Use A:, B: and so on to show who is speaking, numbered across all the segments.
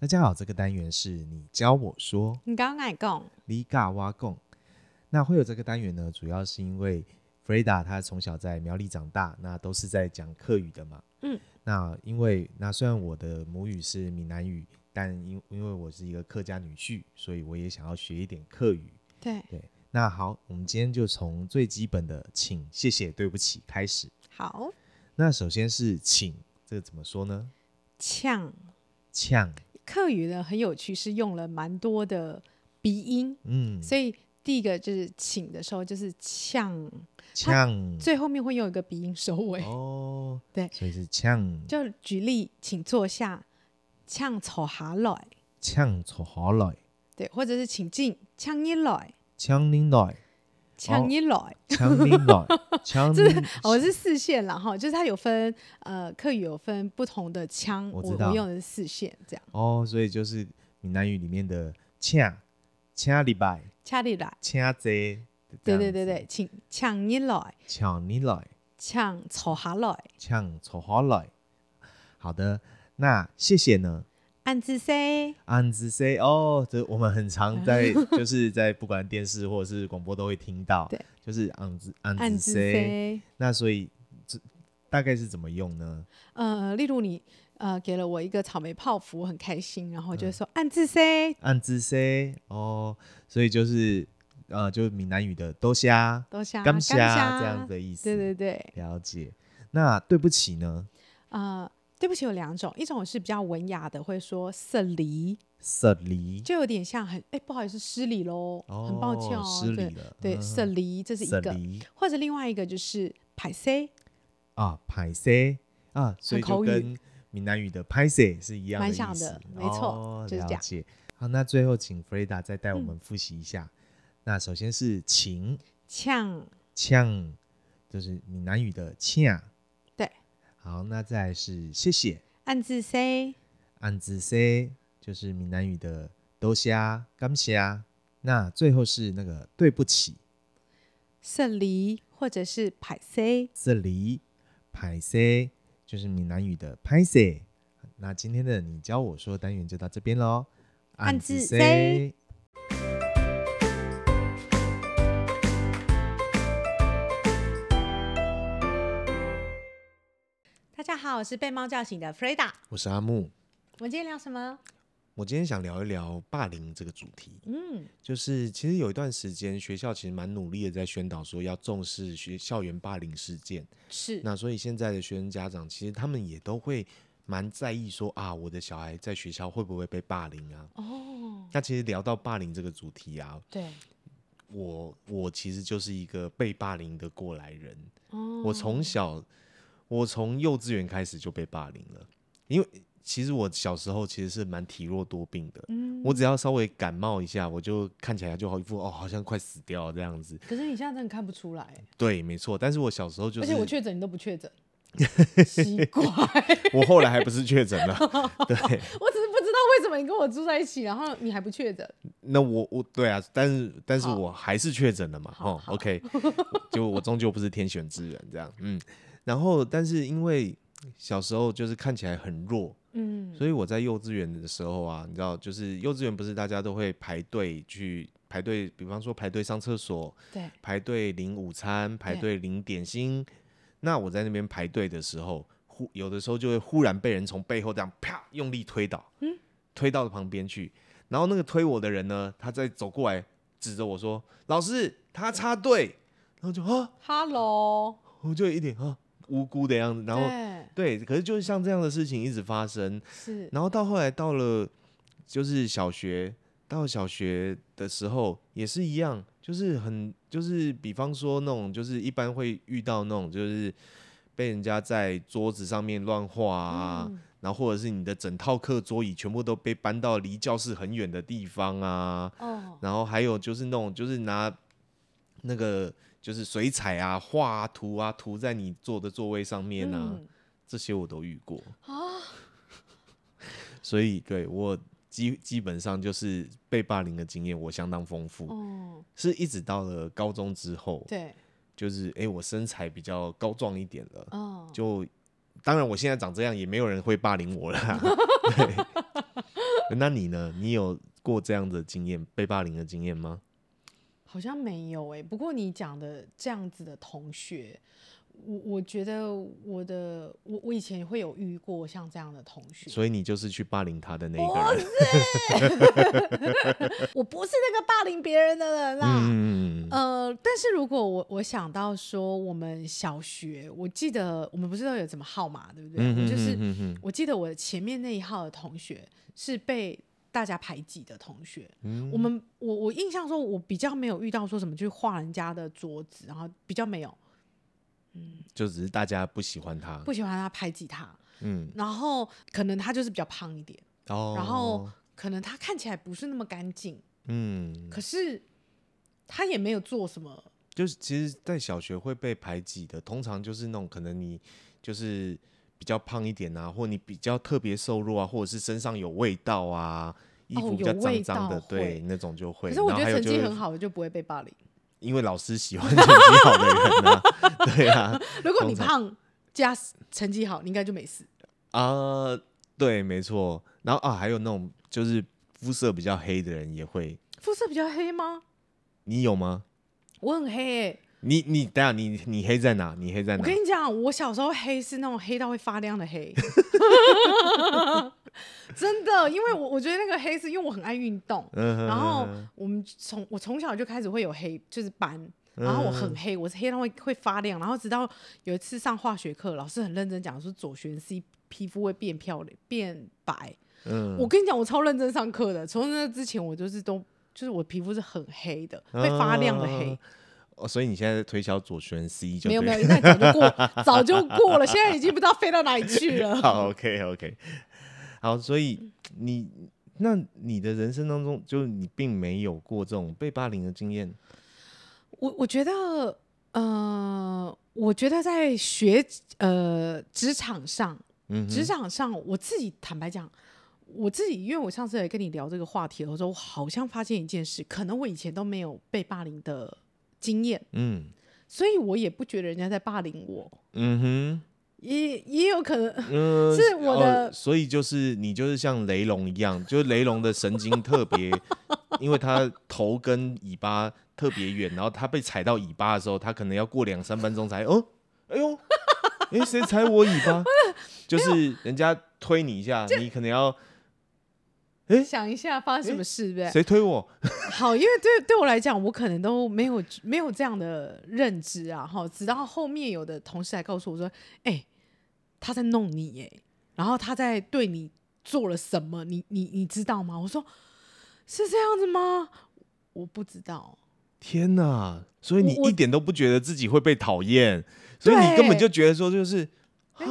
A: 大家好，这个单元是你教我说
B: 你刚刚哪讲？
A: 里嘎哇贡。那会有这个单元呢，主要是因为 Freda 她从小在苗栗长大，那都是在讲客语的嘛。
B: 嗯。
A: 那因为那虽然我的母语是闽南语，但因因为我是一个客家女婿，所以我也想要学一点客语。
B: 对，
A: 那好，我们今天就从最基本的“请”“谢谢”“对不起”开始。
B: 好，
A: 那首先是“请”，这个怎么说呢？
B: 呛
A: 呛，
B: 客语呢很有趣，是用了蛮多的鼻音，
A: 嗯，
B: 所以第一个就是请的时候就是呛，
A: 呛，
B: 最后面会用一个鼻音收尾。
A: 哦，
B: 哎对
A: 所以是呛，
B: 就举例，请坐下，呛丑下来，
A: 呛出好来，
B: 对，或者是请进，呛一来，
A: 呛你 来，
B: 呛一来。
A: 呛你来，呛你
B: 这。我、是四线啦，哈，就是它有分呃，客语有分不同的腔，
A: 我
B: 我
A: 知道
B: 用的是四线这样。
A: 哦，所以就是闽南语里面的“呛”，呛礼拜，
B: 恰里来，
A: 呛这。
B: 对对对对，，请呛一来，
A: 呛你来。
B: 呛丑下来。
A: 呛丑好来。好的，那谢谢呢。
B: 暗自 say
A: 安子 say 哦，这我们很常 在就是在不管电视或者是广播都会听到，
B: 对，
A: 就是安子安
B: 暗
A: 子
B: 自
A: say。
B: say，
A: 那所以这大概是怎么用呢？
B: 呃，例如你呃给了我一个草莓泡芙，我很开心，然后就
A: 嗯
B: 说暗自 say
A: 安子 say 哦，所以就是呃，就是闽南语的多虾、
B: 多啊香
A: 干
B: 虾
A: 啊虾这样的意思。
B: 对对对，
A: 了解。那对不起呢，
B: 呃，对不起有两种，一种是比较文雅的，会说色离，
A: 失礼
B: 就有点像很哎不好意思失礼喽，
A: 哦，
B: 很抱歉哦，
A: 失礼
B: 对
A: 了，嗯
B: 对，色离这是一
A: 失
B: 个，
A: 礼
B: 或者另外一个就是排 C，
A: 啊，拍摄啊，所以
B: 很
A: 就
B: 口语
A: 跟闽南语的拍摄是一样的
B: 蛮
A: 意
B: 像
A: 思
B: 的没错
A: 哦
B: 就是这
A: 了
B: 样嗯
A: 解。好，那最后请 Freda 再带我们复习一下。那首先是请
B: 呛
A: 呛，就是闽南语的呛。
B: 对。
A: 好，那再来是谢谢，
B: 暗自 say
A: 安子 C 就是闽南语的多谢、啊感谢。那最后是那个对不起，
B: 色离，或者是排 C，
A: 这里拍摄就是闽南语的拍摄。那今天的你教我说单元就到这边喽，
B: 暗自
A: 塞
B: 塞大家好，我是被猫叫醒的 Freda，
A: 我是阿木，
B: 我们今天聊什么？
A: 我今天想聊一聊霸凌这个主题。
B: 嗯，
A: 就是其实有一段时间，学校其实蛮努力的在宣导说要重视学校园霸凌事件。
B: 是
A: 那所以现在的学生家长其实他们也都会蛮在意说啊，我的小孩在学校会不会被霸凌啊？
B: 哦，
A: 那其实聊到霸凌这个主题啊，
B: 对，
A: 我我其实就是一个被霸凌的过来人。
B: 哦，
A: 我从小，我从幼稚园开始就被霸凌了，因为其实我小时候其实是蛮体弱多病的。
B: 嗯，
A: 我只要稍微感冒一下，我就看起来就好一副哦，好像快死掉了这样子。
B: 可是你现在真的看不出来，欸
A: 对，没错。但是我小时候就
B: 而
A: 是
B: 且，我确诊你都不 确诊，奇怪，
A: 我后来还不是确诊 了。对，
B: 我只是不知道为什么你跟我住在一起，然后你还不确诊，
A: 那我我对啊，但是但是
B: 好
A: 我还是确诊了嘛，
B: 好
A: 哦 o k 就我终究不是天选之人这样，嗯，然后但是因为小时候就是看起来很弱，
B: 嗯，
A: 所以我在幼稚园的时候啊，你知道，就是幼稚园不是大家都会排队去排队，比方说排队上厕所，
B: 对，
A: 排队领午餐，排队领点心。那我在那边排队的时候，忽有的时候就会忽然被人从背后这样啪用力推倒，推到旁边去。然后那个推我的人呢，他再走过来指着我说：“老师，他插队。”然后就啊，
B: Hello，
A: 我就一脸啊无辜的样子。 然后
B: 对，
A: 对，可是就是像这样的事情一直发生，
B: 是
A: 然后到后来到了就是小学，到小学的时候也是一样，就是很就是比方说那种就是一般会遇到那种就是被人家在桌子上面乱画啊，
B: 嗯
A: 然后或者是你的整套课桌椅全部都被搬到离教室很远的地方啊，
B: 哦，
A: 然后还有就是那种就是拿那个就是水彩啊、画啊、涂啊涂在你坐的座位上面啊，
B: 嗯
A: 这些我都遇过。
B: 啊，
A: 所以对我基基本上就是被霸凌的经验，我相当丰富。
B: 哦，
A: 是一直到了高中之后，
B: 对，
A: 就是诶，我身材比较高壮一点了，
B: 哦，
A: 就当然我现在长这样，也没有人会霸凌我啦。对，那你呢？你有过这样的经验，被霸凌的经验吗？
B: 好像没有哎、不过你讲的这样子的同学，我我觉得我的我我以前会有遇过像这样的同学，
A: 所以你就是去霸凌他的那一个人。
B: 我不是那个霸凌别人的人啦。
A: 嗯，
B: 呃，但是如果我我想到说我们小学，我记得我们不是都有什么号码，对不对？我就是
A: 嗯嗯
B: 我记得我前面那一号的同学是被大家排挤的同学。
A: 嗯
B: 我们我我印象中，我比较没有遇到说什么去画人家的桌子，然后比较没有
A: 就只是大家不喜欢他。
B: 不喜欢他排挤他，
A: 嗯，
B: 然后可能他就是比较胖一点，
A: 哦，
B: 然后可能他看起来不是那么干净，
A: 嗯，
B: 可是他也没有做什么。
A: 就是其实，在小学会被排挤的，通常就是那种可能你就是比较胖一点啊，或你比较特别瘦弱啊，或者是身上有味道啊，衣
B: 哦
A: 服比
B: 有
A: 较
B: 味
A: 脏脏的，
B: 道会
A: 对，那种就会。
B: 可是我
A: 然
B: 觉
A: 后还
B: 得
A: 有
B: 成绩
A: 就
B: 很
A: 是
B: 好的就不会被霸凌。
A: 因为老师喜欢成绩好的人啊， 对啊，
B: 如果你
A: 通
B: 胖加成绩好，你应该就没事。
A: 啊、对，没错。然后啊，还有那种就是肤色比较黑的人也会，
B: 肤色比较黑吗？
A: 你有吗？
B: 我很黑诶、
A: 你你等一下你你黑在哪？你黑在
B: 我
A: 哪？
B: 跟你讲，我小时候黑是那种黑到会发亮的 黑，真的，因为我我觉得那个黑是因为我很爱运动，
A: 嗯哼，
B: 然后
A: 嗯哼
B: 我们从我从小就开始会有黑，就是斑。
A: 嗯
B: 然后我很黑，我是黑到会会发亮。然后直到有一次上化学课，老师很认真讲说左旋 C 皮肤会变漂亮、变白。
A: 嗯
B: 我跟你讲，我超认真上课的。从那之前，我就是都就是我皮肤是很黑的，会发亮的黑。
A: 啊哦，所以你现在在推销左旋 C 就
B: 没有没
A: 对
B: 有，那早就 过，早就过了，现在已经不知道飞到哪里去
A: 了
B: 了。
A: 好，OK OK，好，所以你那你的人生当中，就是你并没有过这种被霸凌的经验，
B: 我我觉得，呃，我觉得在学呃职场上，
A: 嗯哼，
B: 职场上我自己坦白讲，我自己因为我上次也跟你聊这个话题的时候，我好像发现一件事，可能我以前都没有被霸凌的经验，
A: 嗯
B: 所以我也不觉得人家在霸凌我，
A: 嗯
B: 也也有可能
A: 哼，嗯，
B: 是我的
A: 哦，所以就是你就是像雷龙一样，就是雷龙的神经特别，因为它头跟尾巴特别远，然后它被踩到尾巴的时候，它可能要过两三分钟才，哦，哎呦，哎谁踩我尾巴？就是人家推你一下，你可能要
B: 想一下发生什么事，对不对？
A: 谁推我？
B: 好，因为对对我来讲，我可能都没有没有这样的认知啊，哈，直到后面有的同事来告诉我说，哎、他在弄你耶，然后他在对你做了什么，你你你知道吗？我说是这样子吗？我不知道，
A: 天哪！所以你
B: 我我
A: 一点都不觉得自己会被讨厌，所以你根本就觉得说就是啊，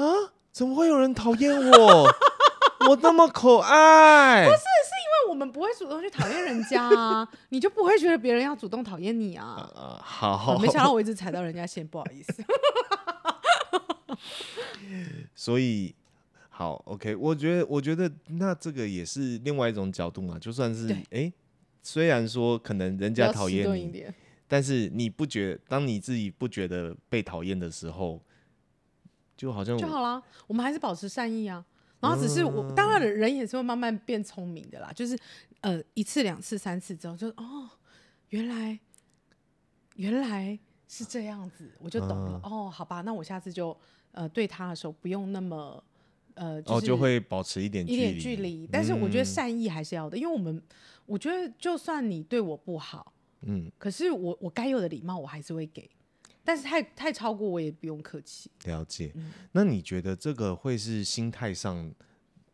A: 怎么会有人讨厌我？ 我那么可爱，
B: 因为我们不会主动去讨厌人 家啊，你就不会觉得别人要主动讨厌你啊。
A: 啊，好，
B: 没想到我一直踩到人家线，不好意思。
A: 所以好，OK，我觉得，我觉得那这个也是另外一种角度嘛，就算是
B: 对
A: 哎、诶虽然说可能人
B: 比较
A: 家讨
B: 迟
A: 厌
B: 钝一
A: 你，
B: 点，
A: 但是你不觉当你自己不觉得被讨厌的时候，就好像
B: 就
A: 我
B: 好啦。我们还是保持善意啊。然后只是
A: 嗯
B: 我，当然人也是会慢慢变聪明的啦。就是呃，一次、两次、三次之后，就哦，原来原来是这样子，我就懂了。
A: 嗯
B: 哦，好吧，那我下次就呃对他的时候不用那么呃，
A: 哦
B: 是
A: 就会保持一点
B: 一点距
A: 离，
B: 离。但是我觉得
A: 嗯
B: 善意还是要的，因为我们我觉得就算你对我不好，
A: 嗯，
B: 可是我我该有的礼貌我还是会给，但是太太超过我也不用客气。
A: 了解。
B: 嗯
A: 那你觉得这个会是心态上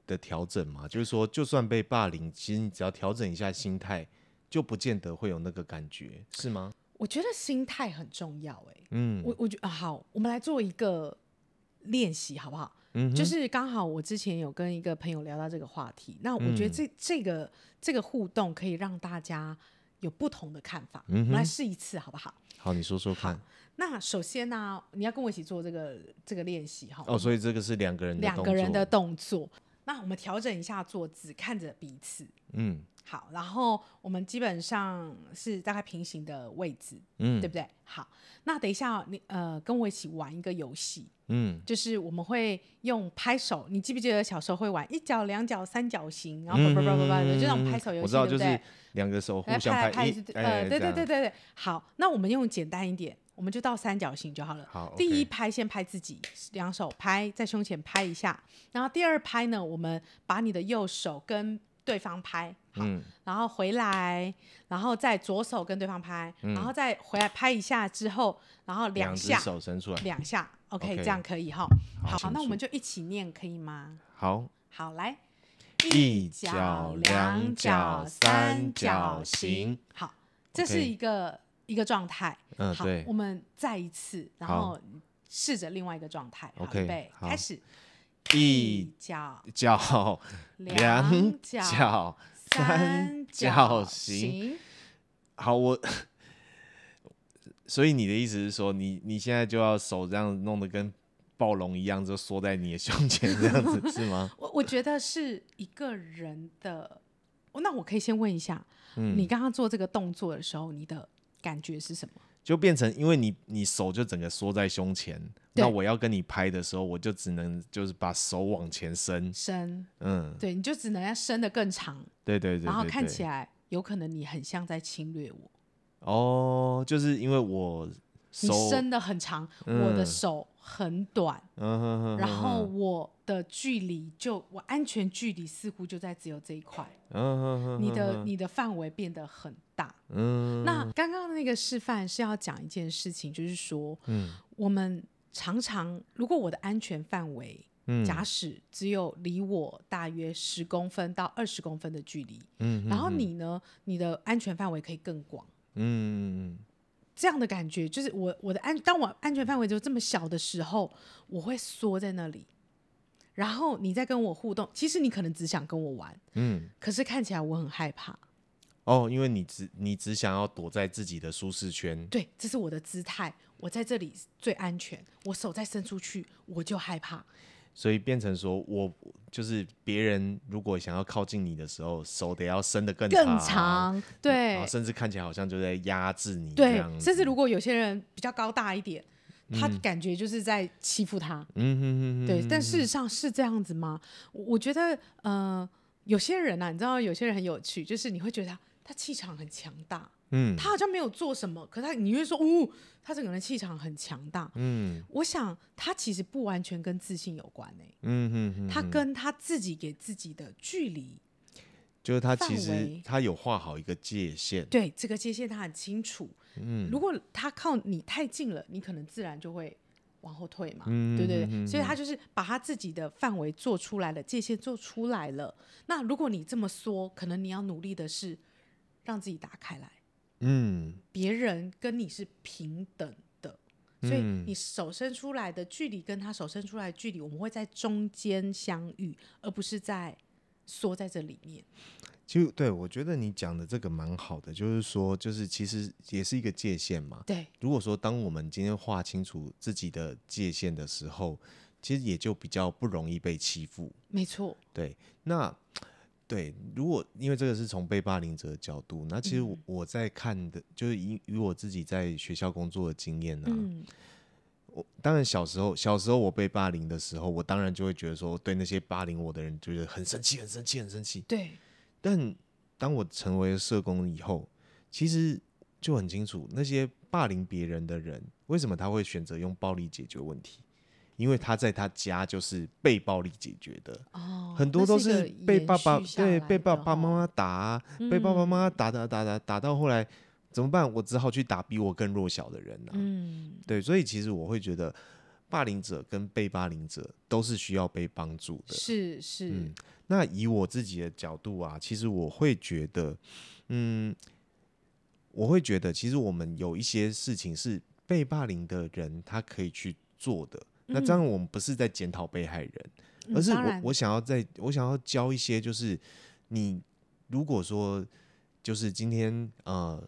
A: 的调整吗？就是说，就算被霸凌，其实你只要调整一下心态，就不见得会有那个感觉，是吗？
B: 我觉得心态很重要、欸，
A: 嗯
B: 我我觉得、啊好，我们来做一个练习好不好？
A: 嗯哼，
B: 就是刚好我之前有跟一个朋友聊到这个话题，那我
A: 嗯
B: 觉得这、这个这个互动可以让大家有不同的看法，
A: 嗯哼
B: 我们来试一次好不好？
A: 好，你说说看。
B: 那首先呢、你要跟我一起做这个这个练习哈，
A: 哦哦，所以这个是两个人的
B: 两
A: 动
B: 个人
A: 作
B: 的动作。那我们调整一下坐姿，看着彼此。
A: 嗯
B: 好，然后我们基本上是大概平行的位置，对
A: 嗯
B: 不对？好，那等一下你呃跟我一起玩一个游戏，
A: 嗯
B: 就是我们会用拍手，你记不记得小时候会玩一角、两角、三角形，然后叭叭叭叭
A: 嗯
B: 叭的，就那种拍手游
A: 我
B: 戏，
A: 知道，
B: 对
A: 就
B: 不对
A: 是？两个手互
B: 来
A: 相
B: 拍来拍
A: 一
B: 去，
A: 哎
B: 呃，
A: 这
B: 对对
A: 样
B: 对对对。好，那我们用简单一点，我们就到三角形就好了。
A: 好
B: 第一
A: OK
B: 拍先拍自己，两手拍在胸前拍一下，然后第二拍呢，我们把你的右手跟对方拍，好，
A: 嗯
B: 然后回来，然后再左手跟对方拍，然后再回来拍一下之后，然后
A: 嗯
B: 两
A: 两只
B: 下
A: 手伸出来，
B: 两下，OK，
A: OK
B: 这样可以哈。
A: 好
B: 好，
A: 清
B: 那我
A: 楚
B: 们就一起念可以吗？
A: 好，
B: 好，来，
A: 一角两角三角形。
B: 好，这是
A: OK
B: 一个一个状态。
A: 嗯
B: 好
A: 对，
B: 我们再一次，然
A: 好
B: 后试着另外一个状态。好
A: OK，
B: 预备，
A: 好
B: 开始。
A: 一
B: 角
A: 角两
B: 角
A: 角
B: 三
A: 三
B: 角
A: 角形。，好，我所以你的意思是说，你你现在就要手这样弄得跟暴龙一样，就缩在你的胸前这样子是吗？
B: 我我觉得是一个人的。哦那我可以先问一下，
A: 嗯
B: 你刚刚做这个动作的时候，你的感觉是什么？
A: 就变成因为你你手就整个缩在胸前，那
B: 对
A: 我要跟你拍的时候，我就只能就是把手往前伸，
B: 伸，
A: 嗯，
B: 对，你就只能要伸得更长，
A: 对对对
B: 然后看起
A: 来
B: 来有可能你很像在侵略我，
A: 哦，就是因为我手
B: 你伸得很长，我的手很短，
A: 嗯哼哼哼
B: 然后
A: 哼
B: 我的距离就我安全距离似乎就在只有这一块，
A: 嗯哼哼
B: 你的
A: 哼
B: 你的范围变得很大。
A: 嗯
B: 那刚刚的那个示范是要讲一件事情，就是说
A: 嗯
B: 我们常常如果我的安全范围。
A: 嗯
B: 假使只有离我大约十公分到二十公分的距离，
A: 嗯
B: 然后你呢，你的安全范围可以更广，
A: 嗯
B: 这样的感觉就是我我的安，当我安全范围就这么小的时候，我会缩在那里，然后你在跟我互动，其实你可能只想跟我玩，
A: 嗯
B: 可是看起来我很害怕，
A: 哦，因为你只你只想要躲在自己的舒适圈，
B: 对，这是我的姿态，我在这里最安全，我手再伸出去我就害怕，
A: 所以变成说我就是别人如果想要靠近你的时候，手得要伸得更
B: 更
A: 长，
B: 长，对
A: 然后，甚至看起来好像就在压制你这
B: 对
A: 样，子，
B: 甚至如果有些人比较高大一点，他感觉就是在欺负他，
A: 嗯哼哼哼，
B: 对，但事实上是这样子吗？我我觉得，呃，有些人啊，你知道，有些人很有趣，就是你会觉得他他气场很强大，
A: 嗯
B: 他好像没有做什么，可他你会说，哦，他整个人气场很强大。
A: 嗯
B: 我想他其实不完全跟自信有关诶、
A: 嗯哼哼，
B: 他跟他自己给自己的距离，
A: 就是他
B: 范
A: 其实
B: 围
A: 他有画好一个界限，
B: 对这个界限他很清楚。
A: 嗯
B: 如果他靠你太近了，你可能自然就会往后退嘛，
A: 嗯
B: 对对
A: 嗯嗯
B: 对，所以他就是把他自己的范围做出来了，界限做出来了。那如果你这么缩，可能你要努力的是让自己打开来，
A: 嗯
B: 别人跟你是平等的，所以
A: 嗯
B: 你手伸出来的距离跟他手伸出来的距离，我们会在中间相遇，而不是在缩在这里面。
A: 其实对我觉得你讲的这个蛮好的，就是说就是其实也是一个界限嘛，
B: 对，
A: 如果说当我们今天划清楚自己的界限的时候，其实也就比较不容易被欺负。
B: 没错，
A: 对，那对，如果因为这个是从被霸凌者的角度，那其实我,、我在看的，就是以以我自己在学校工作的经验呢、
B: 嗯，
A: 我当然小时候小时候我被霸凌的时候，我当然就会觉得说对那些霸凌我的人觉得很生气，很生气，很生气。
B: 对，
A: 但当我成为社工以后，其实就很清楚，那些霸凌别人的人，为什么他会选择用暴力解决问题？因为他在他家就是被暴力解决的，
B: 哦，
A: 很多
B: 那
A: 都
B: 是
A: 是
B: 一个
A: 被
B: 延
A: 爸爸
B: 续下
A: 对
B: 来
A: 被爸
B: 的
A: 爸妈
B: 哦
A: 妈打啊、被爸爸妈妈打打打打打到后来怎么办？我只好去打比我更弱小的人啊。
B: 嗯，
A: 对，所以其实我会觉得，霸凌者跟被霸凌者都是需要被帮助的。
B: 是是，
A: 嗯那以我自己的角度啊，其实我会觉得，嗯，我会觉得，其实我们有一些事情是被霸凌的人他可以去做的。那当然，我们不是在检讨被害人，
B: 嗯
A: 而是
B: 当
A: 我
B: 然
A: 我想要在我想要教一些，就是你如果说就是今天呃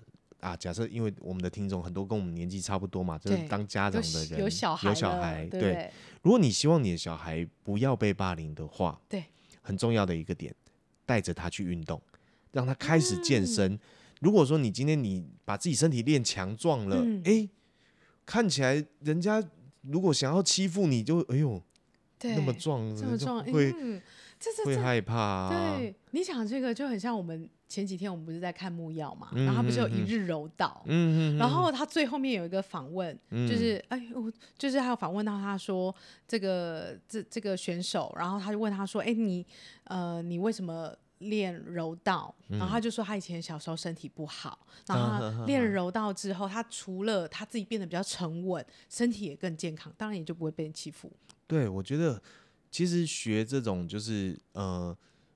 A: 啊，假设因为我们的听众很多跟我们年纪差不多嘛，就是
B: 对
A: 当家
B: 有
A: 长的人
B: 有小孩了，
A: 有小孩
B: 对不对？
A: 如果你希望你的小孩不要被霸凌的话，
B: 对，
A: 很重要的一个点，带着他去运动，让他开始健身。
B: 嗯
A: 如果说你今天你把自己身体练强壮了，
B: 嗯
A: 诶，看起来人家如果想要欺负你就，哎呦
B: 对，
A: 那么壮，
B: 这么壮，
A: 会、
B: 嗯，这这
A: 会
B: 这
A: 害怕、啊。
B: 对，你讲这个就很像我们前几天我们不是在看木曜嘛，
A: 嗯
B: 然后他不是有
A: 嗯
B: 一
A: 嗯
B: 日柔道，
A: 嗯，嗯嗯
B: 然后他最后面有一个访问，
A: 嗯
B: 就是哎，我就是还有访问到他说这个这这个选手，然后他就问他说，哎，你呃你为什么？练柔道，
A: 嗯
B: 然后他就说他以前小时候身体不好，然
A: 啊
B: 后
A: 哈
B: 他
A: 哈
B: 练
A: 哈
B: 柔道之后，他除了他自己变得比较沉稳，身体也更健康，当然也就不会被人欺负。
A: 对，我觉得其实学这种就是呃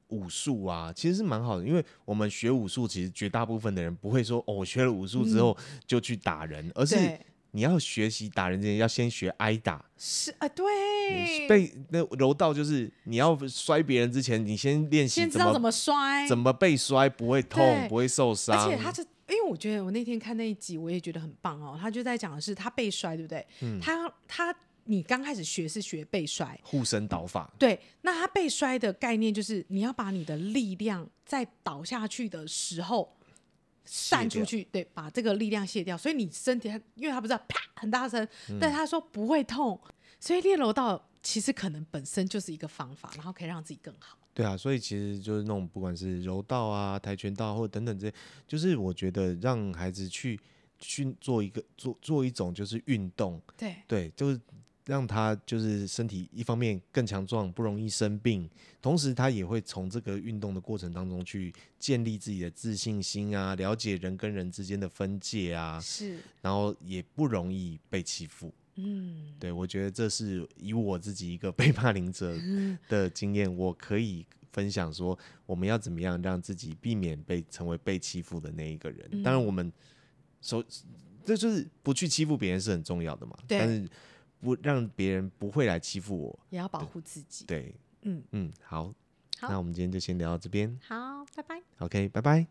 A: 武术啊，其实是蛮好的，因为我们学武术，其实绝大部分的人不会说哦，我学了武术之后就去打人，而是
B: 嗯对，
A: 你要学习打人之前，要先学挨打。
B: 是啊，对，
A: 被那柔道就是你要摔别人之前，你先练习
B: 先知
A: 怎
B: 道
A: 么
B: 怎么摔，
A: 怎么被摔不会痛
B: 对，
A: 不会受伤。
B: 而且他这，因为我觉得我那天看那一集，我也觉得很棒哦。他就在讲的是他被摔，对不对？
A: 嗯
B: 他他你刚开始学是学被摔，
A: 护身倒法，
B: 对。那他被摔的概念就是你要把你的力量在倒下去的时候散
A: 掉
B: 出去，对，把这个力量卸掉。所以你身体，因为他不知道啪很大声，
A: 嗯
B: 但他说不会痛，所以练柔道。其实可能本身就是一个方法，然后可以让自己更好。
A: 对啊，所以其实就是那种不管是柔道啊、跆拳道或者等等这些，就是我觉得让孩子去去做一个做做一种就是运动，
B: 对，
A: 对，就是让他就是身体一方面更强壮，不容易生病，同时他也会从这个运动的过程当中去建立自己的自信心啊，了解人跟人之间的分界啊，
B: 是，
A: 然后也不容易被欺负。
B: 嗯，
A: 对，我觉得这是以我自己一个 被霸凌者
B: 嗯
A: 的经验，我可以分享说，我们要怎么样让自己避免被成为被欺负的那一个人。当
B: 嗯
A: 然，我们首这就是不去欺负别人是很重要的嘛。
B: 对
A: 但是不让别人不会来欺负我。
B: 也要保护自己。
A: 对，
B: 嗯
A: 嗯，好，
B: 好
A: 那我们今天就先聊到这边。
B: 好，拜拜。
A: OK，拜拜。